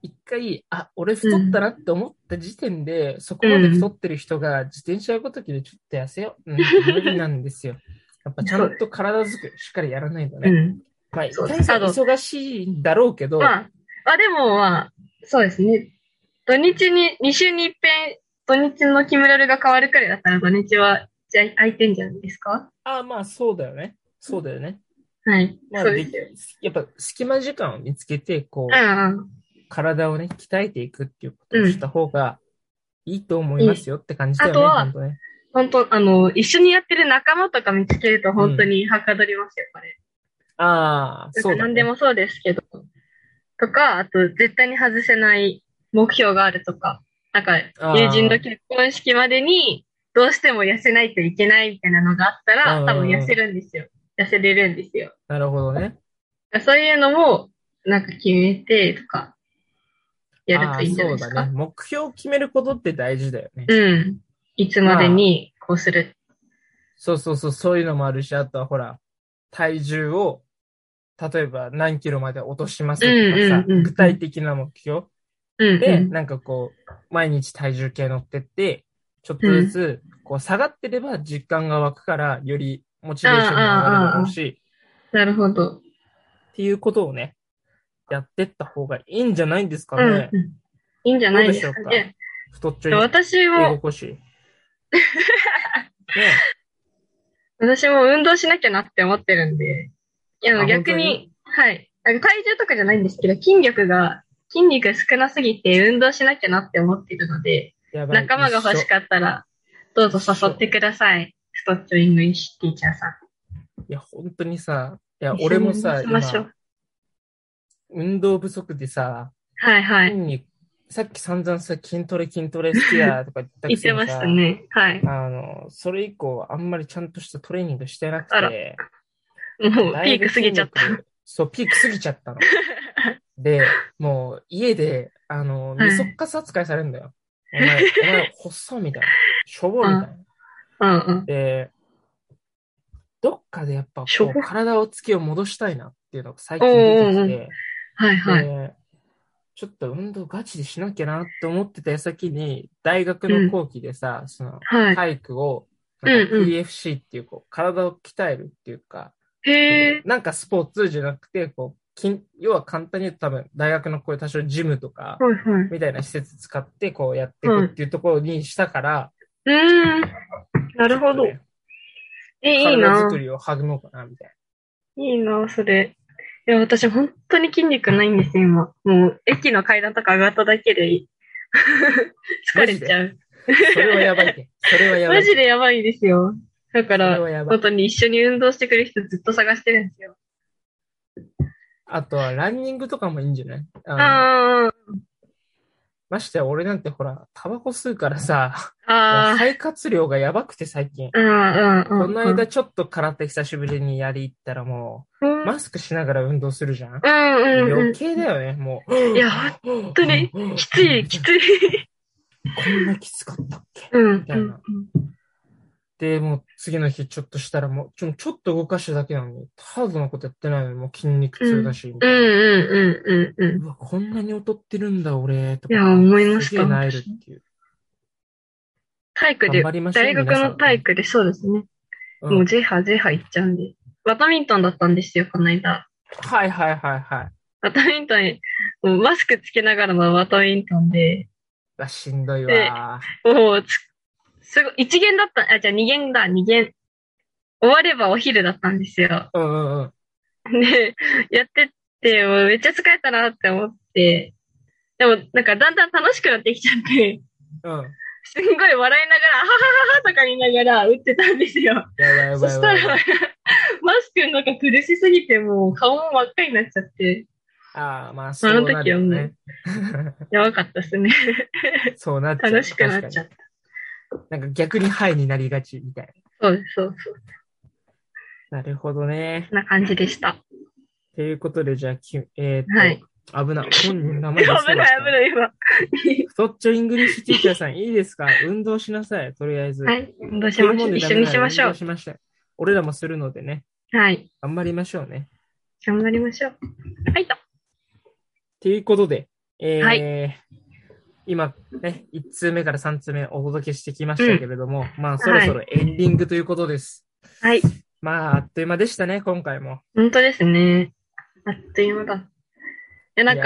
Speaker 1: 一回、あ、俺太ったなって思った時点で、そこまで太ってる人が自転車ごときでちょっと痩せよう。うん、無理なんです よ。やっぱちゃんと体作りしっかりやらないと
Speaker 2: う
Speaker 1: ね。
Speaker 2: ん。
Speaker 1: まあ、
Speaker 2: そう
Speaker 1: 大変
Speaker 2: あの
Speaker 1: 忙しいんだろうけど、
Speaker 2: まあ、あ、でもまあ、そうですね。土日に、2週に一遍、土日のキムラルが変わるくらいだったら、土日は、じゃあ空いてんじゃないですか
Speaker 1: ああ、まあそうだよね。そうだよね。
Speaker 2: はい。
Speaker 1: まあ、
Speaker 2: そう
Speaker 1: で
Speaker 2: で
Speaker 1: き
Speaker 2: すよ。
Speaker 1: やっぱ隙間時間を見つけて、こ
Speaker 2: う
Speaker 1: う、
Speaker 2: んうん。
Speaker 1: 体をね、鍛えていくっていうことをした方がいいと思いますよって感じだよね、
Speaker 2: あとは
Speaker 1: 本当ね。
Speaker 2: 本当あの、一緒にやってる仲間とか見つけると本当にはかどりますよ、これ。
Speaker 1: ああ、
Speaker 2: なん
Speaker 1: そう
Speaker 2: か
Speaker 1: だ、ね。
Speaker 2: 何でもそうですけど。とか、あと、絶対に外せない目標があるとか、なんか
Speaker 1: あ、ー
Speaker 2: 友人の結婚式までに、どうしても痩せないといけないみたいなのがあった
Speaker 1: うん
Speaker 2: ら、
Speaker 1: うんう
Speaker 2: 多
Speaker 1: ん
Speaker 2: 分痩せるんですよ。痩せれるんですよ。
Speaker 1: なるほどね。
Speaker 2: そういうのも、なんか決めて、とか、やるといいんじゃないです
Speaker 1: ああそうだ
Speaker 2: か
Speaker 1: ね。。目標を決めることって大事だよね。
Speaker 2: うん。いつまでに、こうする。
Speaker 1: そうそうそう、そういうのもあるし、あとはほら、体重を、例えば何キロまで落としますとかさ、
Speaker 2: うんうんうん
Speaker 1: 具体的な目標
Speaker 2: うん、
Speaker 1: で、
Speaker 2: うん。
Speaker 1: なんかこう、毎日体重計乗ってって、ちょっとずつ、こう、下がってれば実感が湧くから、よりモチベーションが上がるだろうし、
Speaker 2: なるほど。
Speaker 1: っていうことをね、やってった方がいいんじゃないんですか
Speaker 2: うん
Speaker 1: ね。
Speaker 2: うん。いいんじゃないですか
Speaker 1: どうでしょう
Speaker 2: ね。
Speaker 1: 太っちょい、
Speaker 2: 私
Speaker 1: 居
Speaker 2: も、
Speaker 1: 心地いい。ね
Speaker 2: 私も運動しなきゃなって思ってるんで、いや
Speaker 1: あ
Speaker 2: 逆
Speaker 1: 本当
Speaker 2: に
Speaker 1: に、
Speaker 2: はい。なんか体重とかじゃないんですけど、筋力が、筋肉が少なすぎて運動しなきゃなって思ってるので、
Speaker 1: やばい
Speaker 2: 仲間が欲しかったら、どうぞ誘ってください。ストッチョイングイシティーチャーさん。
Speaker 1: いや、本当にさ、いや、
Speaker 2: 一緒に
Speaker 1: 俺もさ、
Speaker 2: しましょ
Speaker 1: 今
Speaker 2: う、
Speaker 1: 運動不足でさ、
Speaker 2: はいはい。
Speaker 1: 筋肉さっき散々さ、筋トレ筋トレ好きだとか言った
Speaker 2: 言
Speaker 1: く
Speaker 2: って
Speaker 1: せ
Speaker 2: ま
Speaker 1: に
Speaker 2: し
Speaker 1: さ、
Speaker 2: たね。はい。
Speaker 1: あの、それ以降、あんまりちゃんとしたトレーニングしてなく
Speaker 2: あら
Speaker 1: て、
Speaker 2: もう
Speaker 1: だ
Speaker 2: ピ
Speaker 1: い
Speaker 2: ー
Speaker 1: ぶ
Speaker 2: ク過ぎちゃった。
Speaker 1: 筋肉。そう、ピーク過ぎちゃった の。で、もう家で、あの、
Speaker 2: はい
Speaker 1: みそっかす扱いされるんだよ。お前、お前、細っみたいな。しょぼいみたいな。
Speaker 2: うんうん。
Speaker 1: で、どっかでやっぱこ
Speaker 2: しょぼ
Speaker 1: う体をつきを戻したいなっていうのが最近出て
Speaker 2: おうおうお
Speaker 1: き
Speaker 2: う
Speaker 1: て、
Speaker 2: はいはい。
Speaker 1: で、ちょっと運動ガチでしなきゃなって思ってた矢先に、大学の後期でさ、その
Speaker 2: はい。
Speaker 1: 体育を、
Speaker 2: うん
Speaker 1: なんか
Speaker 2: うん
Speaker 1: PFC っていう、こう、体を鍛えるっていうか、
Speaker 2: へえ。
Speaker 1: なんかスポーツじゃなくて、こう、筋要は簡単に言うと多分、大学のこういう多少ジムとか、
Speaker 2: はいはい。
Speaker 1: みたいな施設使って、こうやっていくっていうところにしたから、
Speaker 2: うーん。なるほ
Speaker 1: ちょ
Speaker 2: ど。
Speaker 1: っとね
Speaker 2: え、いい
Speaker 1: 体
Speaker 2: な
Speaker 1: 作。りを育もうかな、みたい
Speaker 2: いいな、それ。いや、私本当に筋肉ないんですよ、今。もう、駅の階段とか上がっただけで いい疲れちゃう。
Speaker 1: な。 それはやばいって。それはやばい
Speaker 2: マ
Speaker 1: って。
Speaker 2: ジでやばいですよ。だか
Speaker 1: それ
Speaker 2: ら、
Speaker 1: はやばい
Speaker 2: 本。当に一緒に運動してくれる人ずっと探してるんですよ。
Speaker 1: あとは、ランニングとかもいいんじゃないあの
Speaker 2: あ
Speaker 1: ましてや、俺なんてほら、タバコ吸うからさ、
Speaker 2: あ、ああ、
Speaker 1: 肺活量がやばくて最近。
Speaker 2: うんうんうん。
Speaker 1: この間ちょっと空手久しぶりにやり行ったらも
Speaker 2: うん、
Speaker 1: う、マスクしながら運動するじゃん
Speaker 2: うんうんう
Speaker 1: 余
Speaker 2: ん。
Speaker 1: 計だよね、も
Speaker 2: いや、本
Speaker 1: う。本
Speaker 2: 当に、きつい、きつ い。
Speaker 1: こんなきつかったっけ
Speaker 2: うんうん
Speaker 1: みた
Speaker 2: う
Speaker 1: い
Speaker 2: ん
Speaker 1: な。で、もう次の日ちょっとしたらもう、ちょちょっと動かしただけなのに、ハードなことやってないのにもう筋肉痛だし、み
Speaker 2: う
Speaker 1: たい
Speaker 2: ん
Speaker 1: な
Speaker 2: うんうんうんうん。
Speaker 1: うわ、こんなに劣ってるんだ、俺、とか。
Speaker 2: いや思いました
Speaker 1: すげえ萎えるっていう。
Speaker 2: 体育
Speaker 1: 頑
Speaker 2: で
Speaker 1: 張りま、しょう
Speaker 2: 大学の体育でそうですね。
Speaker 1: うん
Speaker 2: もうゼハゼハ行っちゃうんで。バドミントンだったんですよ、この間。
Speaker 1: はいはいはいはい。
Speaker 2: バドミントン、もうマスクつけながらのバドミントンで、
Speaker 1: うわ、しんどい
Speaker 2: で
Speaker 1: わ。
Speaker 2: もうつ、すごい、一限だった、あ、じゃあ二限だ、二限。終わればお昼だったんですよ。
Speaker 1: うんうんうん。
Speaker 2: で、やってって、もうめっちゃ疲れたなって思って、でもなんかだんだん楽しくなってきちゃって、
Speaker 1: うん。
Speaker 2: すんごい笑いながら、あははははとか言いながら打ってたんですよ。
Speaker 1: やばいや
Speaker 2: そ
Speaker 1: ばいや
Speaker 2: した
Speaker 1: ばい
Speaker 2: ら、マスクの中苦しすぎて、もう顔も真っ赤になっちゃって、
Speaker 1: ああ、まあ、そうなるよね。
Speaker 2: やばかったで すね。
Speaker 1: そうなっちゃう。
Speaker 2: 楽しくなっちゃっ。
Speaker 1: ったなんか逆にハイになりがちみたい
Speaker 2: そうです、そうです。
Speaker 1: な。なるほどね。
Speaker 2: そんな感じでした。
Speaker 1: ということで、じゃあ、きえーっと、
Speaker 2: はい
Speaker 1: 危な、本人名 前
Speaker 2: 危
Speaker 1: 出
Speaker 2: な
Speaker 1: し
Speaker 2: い
Speaker 1: てました
Speaker 2: 危ない、今。
Speaker 1: 太っちょイングリッシュティーチャーさん、いいです か運動しなさい、とりあえず。
Speaker 2: はい。どうしましょう。一緒にしましょ
Speaker 1: 運動
Speaker 2: う。
Speaker 1: しましょう。俺らもするのでね、
Speaker 2: はい。
Speaker 1: 頑張りましょうね。
Speaker 2: 頑張りましょう。はいと。
Speaker 1: ということで、えー
Speaker 2: は
Speaker 1: 今、ね、1通目から3通目お届けしてきましたけれども、まあ、そろそろエンディングということです。
Speaker 2: はい。
Speaker 1: まあ、あっという間でしたね、今回も。
Speaker 2: 本当ですね。あっという間だ。いや、なんか、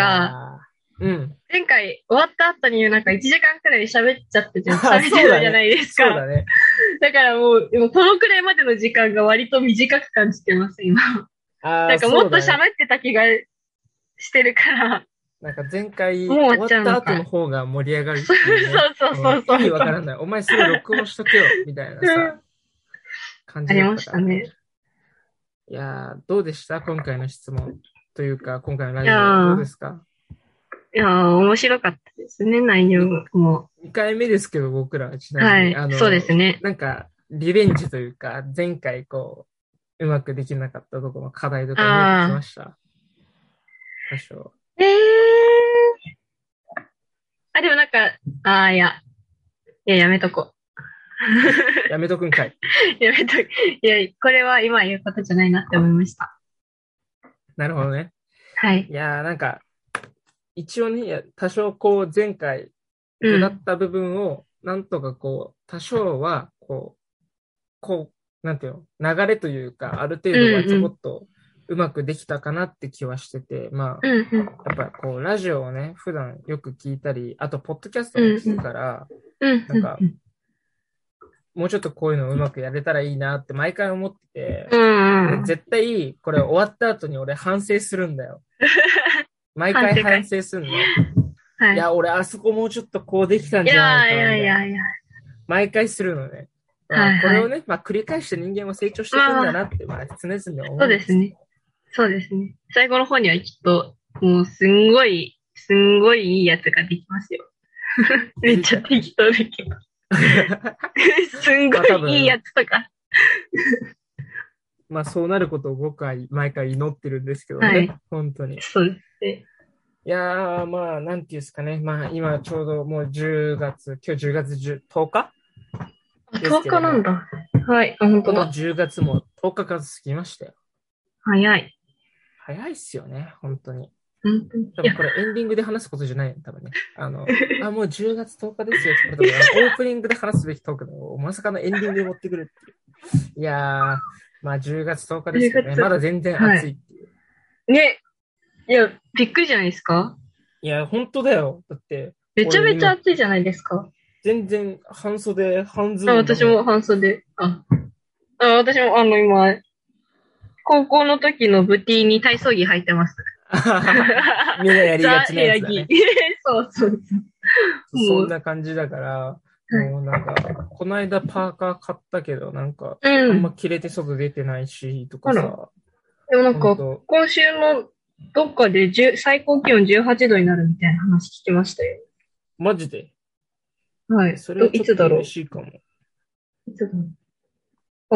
Speaker 1: いやー、うん、
Speaker 2: 前回終わった後に、なんか1時間くらい喋っちゃってて、
Speaker 1: あ
Speaker 2: 喋ってたじゃないです
Speaker 1: そう
Speaker 2: か。
Speaker 1: だね。
Speaker 2: だからもう、でもこのくらいまでの時間が割と短く感じてます、今。
Speaker 1: な
Speaker 2: なんかもっと喋ってた気がしてるから。
Speaker 1: なんか前回
Speaker 2: も
Speaker 1: 終
Speaker 2: う終
Speaker 1: わ
Speaker 2: わ
Speaker 1: っ
Speaker 2: っちゃう
Speaker 1: た
Speaker 2: の
Speaker 1: 後
Speaker 2: か
Speaker 1: の方が盛り上がるって
Speaker 2: そう
Speaker 1: いうね。
Speaker 2: そうそうそう。
Speaker 1: 意味わからない。お前すぐ録音しとけよ、みたいな
Speaker 2: う
Speaker 1: さ
Speaker 2: ん、
Speaker 1: 感
Speaker 2: あ
Speaker 1: じ
Speaker 2: り
Speaker 1: だ
Speaker 2: ま
Speaker 1: っ
Speaker 2: したた
Speaker 1: から。
Speaker 2: ね。
Speaker 1: いやー、どうでした今回の質問。というか、今回の
Speaker 2: いや
Speaker 1: ラジ
Speaker 2: ー
Speaker 1: オどうですか
Speaker 2: いやー、面白かったですね、内容も。
Speaker 1: ?2 回目ですけど、僕らはちな
Speaker 2: は
Speaker 1: み
Speaker 2: い
Speaker 1: に。あの、。
Speaker 2: そうですね。
Speaker 1: なんか、リベンジというか、前回こう、うまくできなかったところの課題とか見えてきました。多少。
Speaker 2: えー。あ、でもなんか、あーいや。いや、やめとこ
Speaker 1: やめとくんかい。
Speaker 2: う。 やめとく。いや、これは今言うことじゃないなって思いました。
Speaker 1: なるほどね。
Speaker 2: はい。
Speaker 1: いやー、なんか、一応ね、いや多少こう、前回、
Speaker 2: う
Speaker 1: 下
Speaker 2: ん。
Speaker 1: った部分を、なんとかこう、多少は、こう、こう、なんていうの、流れというか、ある程度はちょこっとうまくできたかなって気はしてて、まあ、
Speaker 2: うんうん。
Speaker 1: やっぱこう、ラジオをね、普段よく聞いたり、あと、ポッドキャストも聞くから、
Speaker 2: うん
Speaker 1: なんかもうちょっとこういうのうまくやれたらいいなって毎回思って
Speaker 2: う
Speaker 1: て、
Speaker 2: んうん。
Speaker 1: 絶対、これ終わった後に俺反省するんだよ。毎
Speaker 2: 反省
Speaker 1: 回
Speaker 2: 会
Speaker 1: 反省するの。
Speaker 2: はいい。
Speaker 1: や、俺、あそこもうちょっとこうできたん
Speaker 2: い
Speaker 1: じゃない
Speaker 2: やい
Speaker 1: かなみた
Speaker 2: や
Speaker 1: い
Speaker 2: い
Speaker 1: な。
Speaker 2: やいや。
Speaker 1: 毎回するのね。まあ
Speaker 2: はいはい
Speaker 1: これをね、まあ、繰り返して人間は成長していくんだなって、まあ、常々思う。
Speaker 2: そうです。ね。そうですね。最後の方にはきっと、もうすんごい、すんごいいいやつができますよ。 めっちゃ適当だけど。 すん
Speaker 1: まあ多
Speaker 2: ご
Speaker 1: 分
Speaker 2: いいいやつとか。
Speaker 1: まあ、そうなることを僕は毎回祈ってるんですけどね。
Speaker 2: はい
Speaker 1: 本当に。い
Speaker 2: そうですね。
Speaker 1: やー、まあ、なんていうんですかね。まあ、今ちょうどもう10月、今日10月 10, 10日
Speaker 2: あ、
Speaker 1: です
Speaker 2: 10
Speaker 1: けど
Speaker 2: 日
Speaker 1: ね
Speaker 2: なんだ。はい、あ、本当
Speaker 1: もう
Speaker 2: だ。
Speaker 1: 10月も10日数過ぎましたよ。
Speaker 2: 早い。
Speaker 1: 早いっすよね、本当に。
Speaker 2: 本当に。
Speaker 1: 多分
Speaker 2: いや、
Speaker 1: これエンディングで話すことじゃないよ、多分ね。あ の、あ、もう10月10日ですよってことで、オープニングで話すべきトークだよ。まさかのエンディングで持ってくるっていう。いやー、まあ10月10日ですよ
Speaker 2: 10
Speaker 1: ね。
Speaker 2: 月
Speaker 1: まだ全然暑いっていう。
Speaker 2: ね。いや、びっくりじゃないですか
Speaker 1: い、や、本当だよ。だって、
Speaker 2: めちゃめちゃ暑いじゃないですか。
Speaker 1: 全然半袖、半ズボ
Speaker 2: あ、
Speaker 1: ン。
Speaker 2: 私。も半袖。あ、あ私もあの今、高校の時のブティに体操着履いてます。
Speaker 1: みん なやりがちなやつだね。
Speaker 2: そうそうそう
Speaker 1: そんな感じだから、
Speaker 2: はい
Speaker 1: もうなんか、この間パーカー買ったけど、なんか、
Speaker 2: そう。う
Speaker 1: あんま
Speaker 2: ん。
Speaker 1: 着れて外出てないし、とか
Speaker 2: あ
Speaker 1: さ。
Speaker 2: でもなん
Speaker 1: ほん
Speaker 2: か、
Speaker 1: と
Speaker 2: 今週のどっかで10最高気温18度になるみたいな話聞きましたよ。
Speaker 1: マジで。
Speaker 2: はい。
Speaker 1: それはち
Speaker 2: い
Speaker 1: ょっ
Speaker 2: つ
Speaker 1: と
Speaker 2: だろう
Speaker 1: 嬉しいかも。
Speaker 2: いつだろ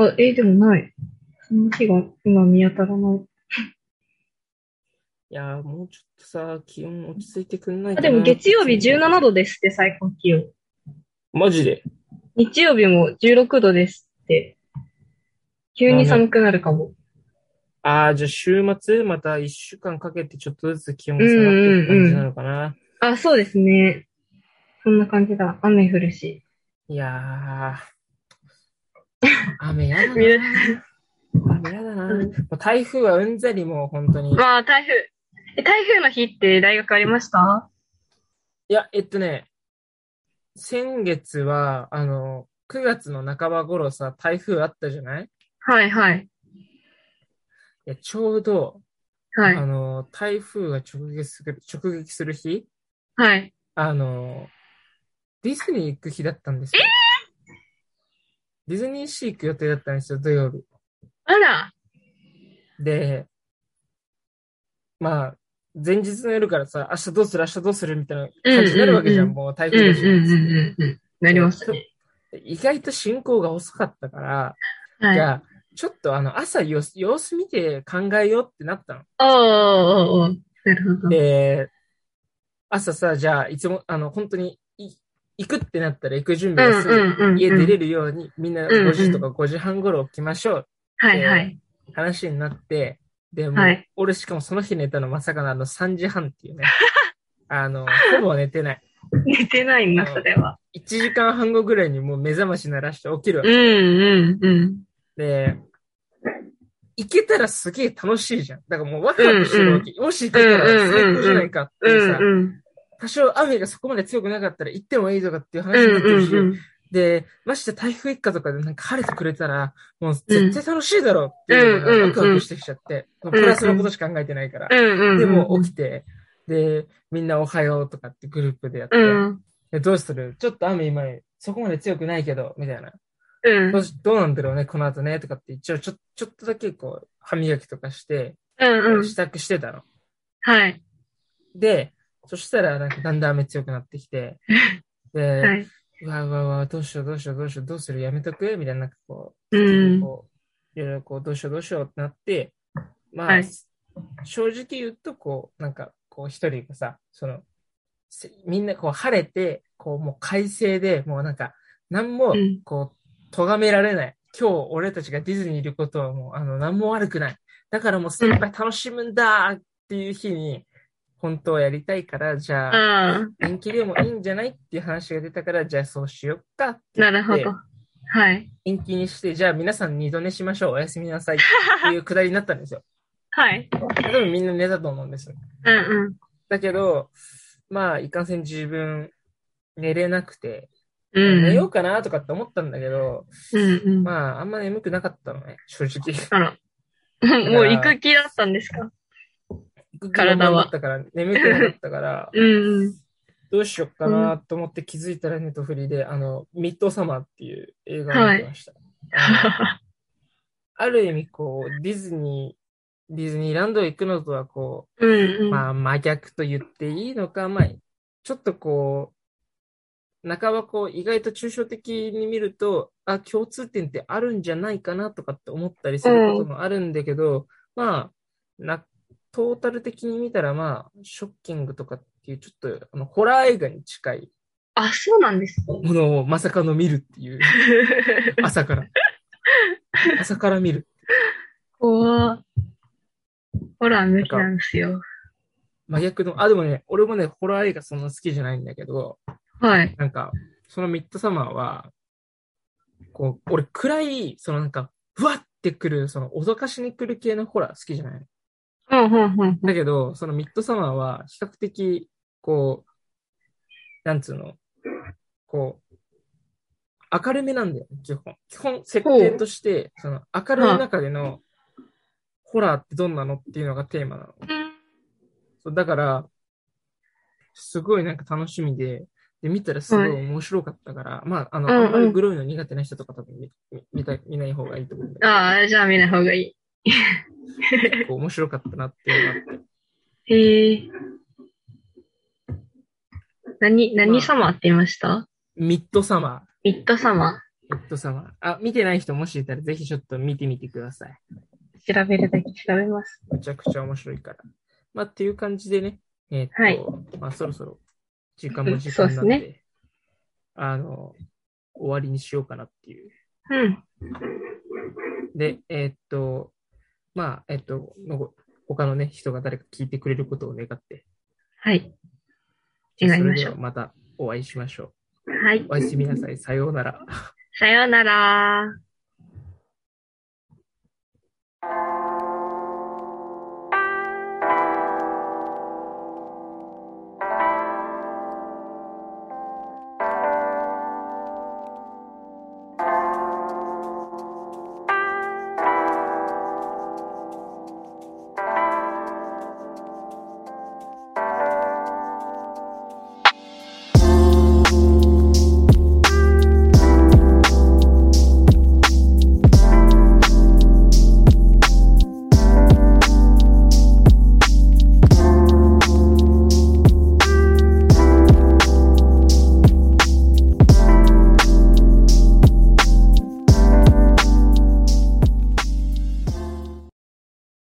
Speaker 2: うあ、えーでもない。そんな日が今見当たらない。
Speaker 1: いやー、もうちょっとさ、気温落ち着いてくんない
Speaker 2: あ
Speaker 1: かな。
Speaker 2: でも月曜日17度ですって最高気温。
Speaker 1: マジで。
Speaker 2: 日曜日も16度ですって。急に寒くなるかも。
Speaker 1: ああ、じゃあ週末、また一週間かけてちょっとずつ気温が下がっていく感じなのかな。
Speaker 2: あ、そうですね。そんな感じだ。雨降る し。
Speaker 1: いやー、雨やだな。雨やだな。もう台風はうんざりもう本当に。
Speaker 2: まあ、台風。え、台風の日って大学ありました
Speaker 1: いや、えっとね、先月は、あの、9月の半ば頃さ、台風あったじゃないい
Speaker 2: はいはい。
Speaker 1: や、ちょうど、
Speaker 2: は
Speaker 1: あ
Speaker 2: い。
Speaker 1: の、台風が直撃する、直撃する日
Speaker 2: はい。
Speaker 1: あの、ディズニー行く日だったんですよ。ディズニーシー行く予定だったんですよ、土曜日。
Speaker 2: あら。
Speaker 1: で、まあ、前日の夜からさ、明日どうする、明日どうするみたいな感じになるわけじゃん、
Speaker 2: うんうん
Speaker 1: もう台
Speaker 2: うんうん
Speaker 1: 風だし、
Speaker 2: うんうん。なりますね。
Speaker 1: 意外と進行が遅かったから、
Speaker 2: はい。
Speaker 1: じ
Speaker 2: は
Speaker 1: ゃあ、ちょっとあの、朝よ様子見て考えようってなった
Speaker 2: おーおーおーおーなるほ
Speaker 1: の。
Speaker 2: ど。
Speaker 1: で、朝さ、じゃあ、いつも、あの、本当に、い行くってなったら行く準備をする。
Speaker 2: うんうんうん。
Speaker 1: 家出れるように、みんな
Speaker 2: うんうん
Speaker 1: 5時とか5時半頃起きましょう。
Speaker 2: はいはい。
Speaker 1: 話になって、で、もう
Speaker 2: はい
Speaker 1: 俺しかもその日寝たのまさかのあの3時半っていうね。 あの、ほぼ寝てない。
Speaker 2: 寝てないんだ、それは。
Speaker 1: 1時間半後ぐらいにもう目覚まし鳴らして起きるわ
Speaker 2: うん
Speaker 1: け
Speaker 2: うんうん。
Speaker 1: で、行けたらすげえ楽しいじゃん。だからもうワクワクしてるわけ。もし行けたら最高じゃないかって
Speaker 2: う
Speaker 1: いうんさ、
Speaker 2: うん。
Speaker 1: 多少雨がそこまで強くなかったら行ってもいいとかっていう
Speaker 2: う
Speaker 1: 話になっ
Speaker 2: ん
Speaker 1: てるし、
Speaker 2: うん
Speaker 1: で、まして台風一過とかでなんか晴れてくれたら、もう絶対楽しいだろうっていうの
Speaker 2: うん
Speaker 1: が
Speaker 2: うん
Speaker 1: ワクワクしてきちゃって、
Speaker 2: ん
Speaker 1: プラスのことしか考えてないから。
Speaker 2: うん。
Speaker 1: で、もう起きて、で、みんなおはようとかってグループでやって、
Speaker 2: うん。
Speaker 1: でどうするちょっと雨今、そこまで強くないけど、みたいな。
Speaker 2: うん。
Speaker 1: どうしどうなんだろうね、この後ね、とかって一応ちょちょっとだけこう、歯磨きとかして、
Speaker 2: うんうん
Speaker 1: 支。度してたの。
Speaker 2: はい。
Speaker 1: で、そしたらなんかだんだん雨強くなってき て、で、
Speaker 2: はい。
Speaker 1: うわうわうわ、どうしようどうしようどうしよう、どうするやめとくみたいな、なんかこう、
Speaker 2: うん
Speaker 1: こういろいろこう、どうしようどうしようってなって、まあ、
Speaker 2: はい
Speaker 1: 正直言うと、こう、なんか、こう一人がさ、その、せみんなこう晴れて、こうもう快晴で、もうなんか、なんも
Speaker 2: うん、
Speaker 1: こう、咎められない。今日俺たちがディズニーにいることはもう、あの、なんも悪くない。だからもう精一杯楽しむんだっていう日に、本当はやりたいから、じゃあ、
Speaker 2: ああ、
Speaker 1: 延期でもいいんじゃないっていう話が出たから、じゃあそうしよっか。
Speaker 2: なるほど。はい。
Speaker 1: 延期にして、じゃあ皆さん二度寝しましょう。おやすみなさい。って いうくだりになったんですよ。
Speaker 2: はい。
Speaker 1: 多分みんな寝たと思うんです。
Speaker 2: うんうん。
Speaker 1: だけど、まあ、いかんせん自分、寝れなくて、
Speaker 2: うん。
Speaker 1: 寝ようかなとかって思ったんだけど、
Speaker 2: うんうん。
Speaker 1: まあ、あんま眠くなかったのね、正直。
Speaker 2: あら。もう行く気だったんですか体 は
Speaker 1: だったから、眠くなかった から、
Speaker 2: うんうん。
Speaker 1: どうしよっかなと思って気づいたらネットフリで、あの、ミッドサマーっていう映画を見てました。あのある意味こう、ディズニー、ディズニーランドへ行くのとはこ
Speaker 2: うんう
Speaker 1: う、
Speaker 2: ん。
Speaker 1: まあ真逆と言っていいのか、まあ、ちょっとこう、半ばこう、意外と抽象的に見ると、あ、共通点ってあるんじゃないかなとかって思ったりすることもあるんだけど、まあ、な、トータル的に見たらまあ、ショッキングとかっていう、ちょっと、あの、ホラー映画に近い
Speaker 2: あ、そうなんです。
Speaker 1: ものをまさかの見るっていう、 朝から。朝から見る。
Speaker 2: 怖っホラー向きなんですよ。
Speaker 1: 真逆の、あ、でもね、俺もね、ホラー映画そんな好きじゃないんだけど、
Speaker 2: はい。
Speaker 1: なんか、そのミッドサマーは、こう、俺暗い、そのなんか、ふわってくる、その脅かしに来る系のホラー好きじゃないの
Speaker 2: うんうんうん。
Speaker 1: だけど、そのミッドサマーは、比較的、こう、なんつうの、こう、明るめなんだよね、基本。基本、設定として、その明るい中での、ホラーってどんなのっていうのがテーマなの。そうだから、すごいなんか楽しみで、で、見たらすごい面白かったから、まあ、あの、
Speaker 2: うんうん
Speaker 1: あんまりグロいの苦手な人とか多分見見見た見ない方がいいと思うんだけど、
Speaker 2: ああ、じゃあ見ない方がい
Speaker 1: 結構面白かったなっていうのがあって。
Speaker 2: い。へえ。何、何様って言いました
Speaker 1: ミッドサマ
Speaker 2: ミッド様。
Speaker 1: ー。ミッドサマー。あ、見てない人もしいたらぜひちょっと見てみてください。
Speaker 2: 調べるだけ調べます。
Speaker 1: めちゃくちゃ面白いから。まあ、っていう感じでね、えーっと、
Speaker 2: はい
Speaker 1: まあ、そろそろ時間も時
Speaker 2: そう
Speaker 1: 間
Speaker 2: で
Speaker 1: な
Speaker 2: す
Speaker 1: んで、
Speaker 2: ね
Speaker 1: あの、終わりにしようかなっていう。
Speaker 2: うん。
Speaker 1: で、えーっと、まあ、えーっと、のご他のね、人が誰か聞いてくれることを願って、
Speaker 2: はい。願い
Speaker 1: そ
Speaker 2: ま
Speaker 1: れ
Speaker 2: し
Speaker 1: で
Speaker 2: ょ
Speaker 1: はまたお会いしましょう。
Speaker 2: う。はい
Speaker 1: お。やすみなさい。さようなら。
Speaker 2: さようなら。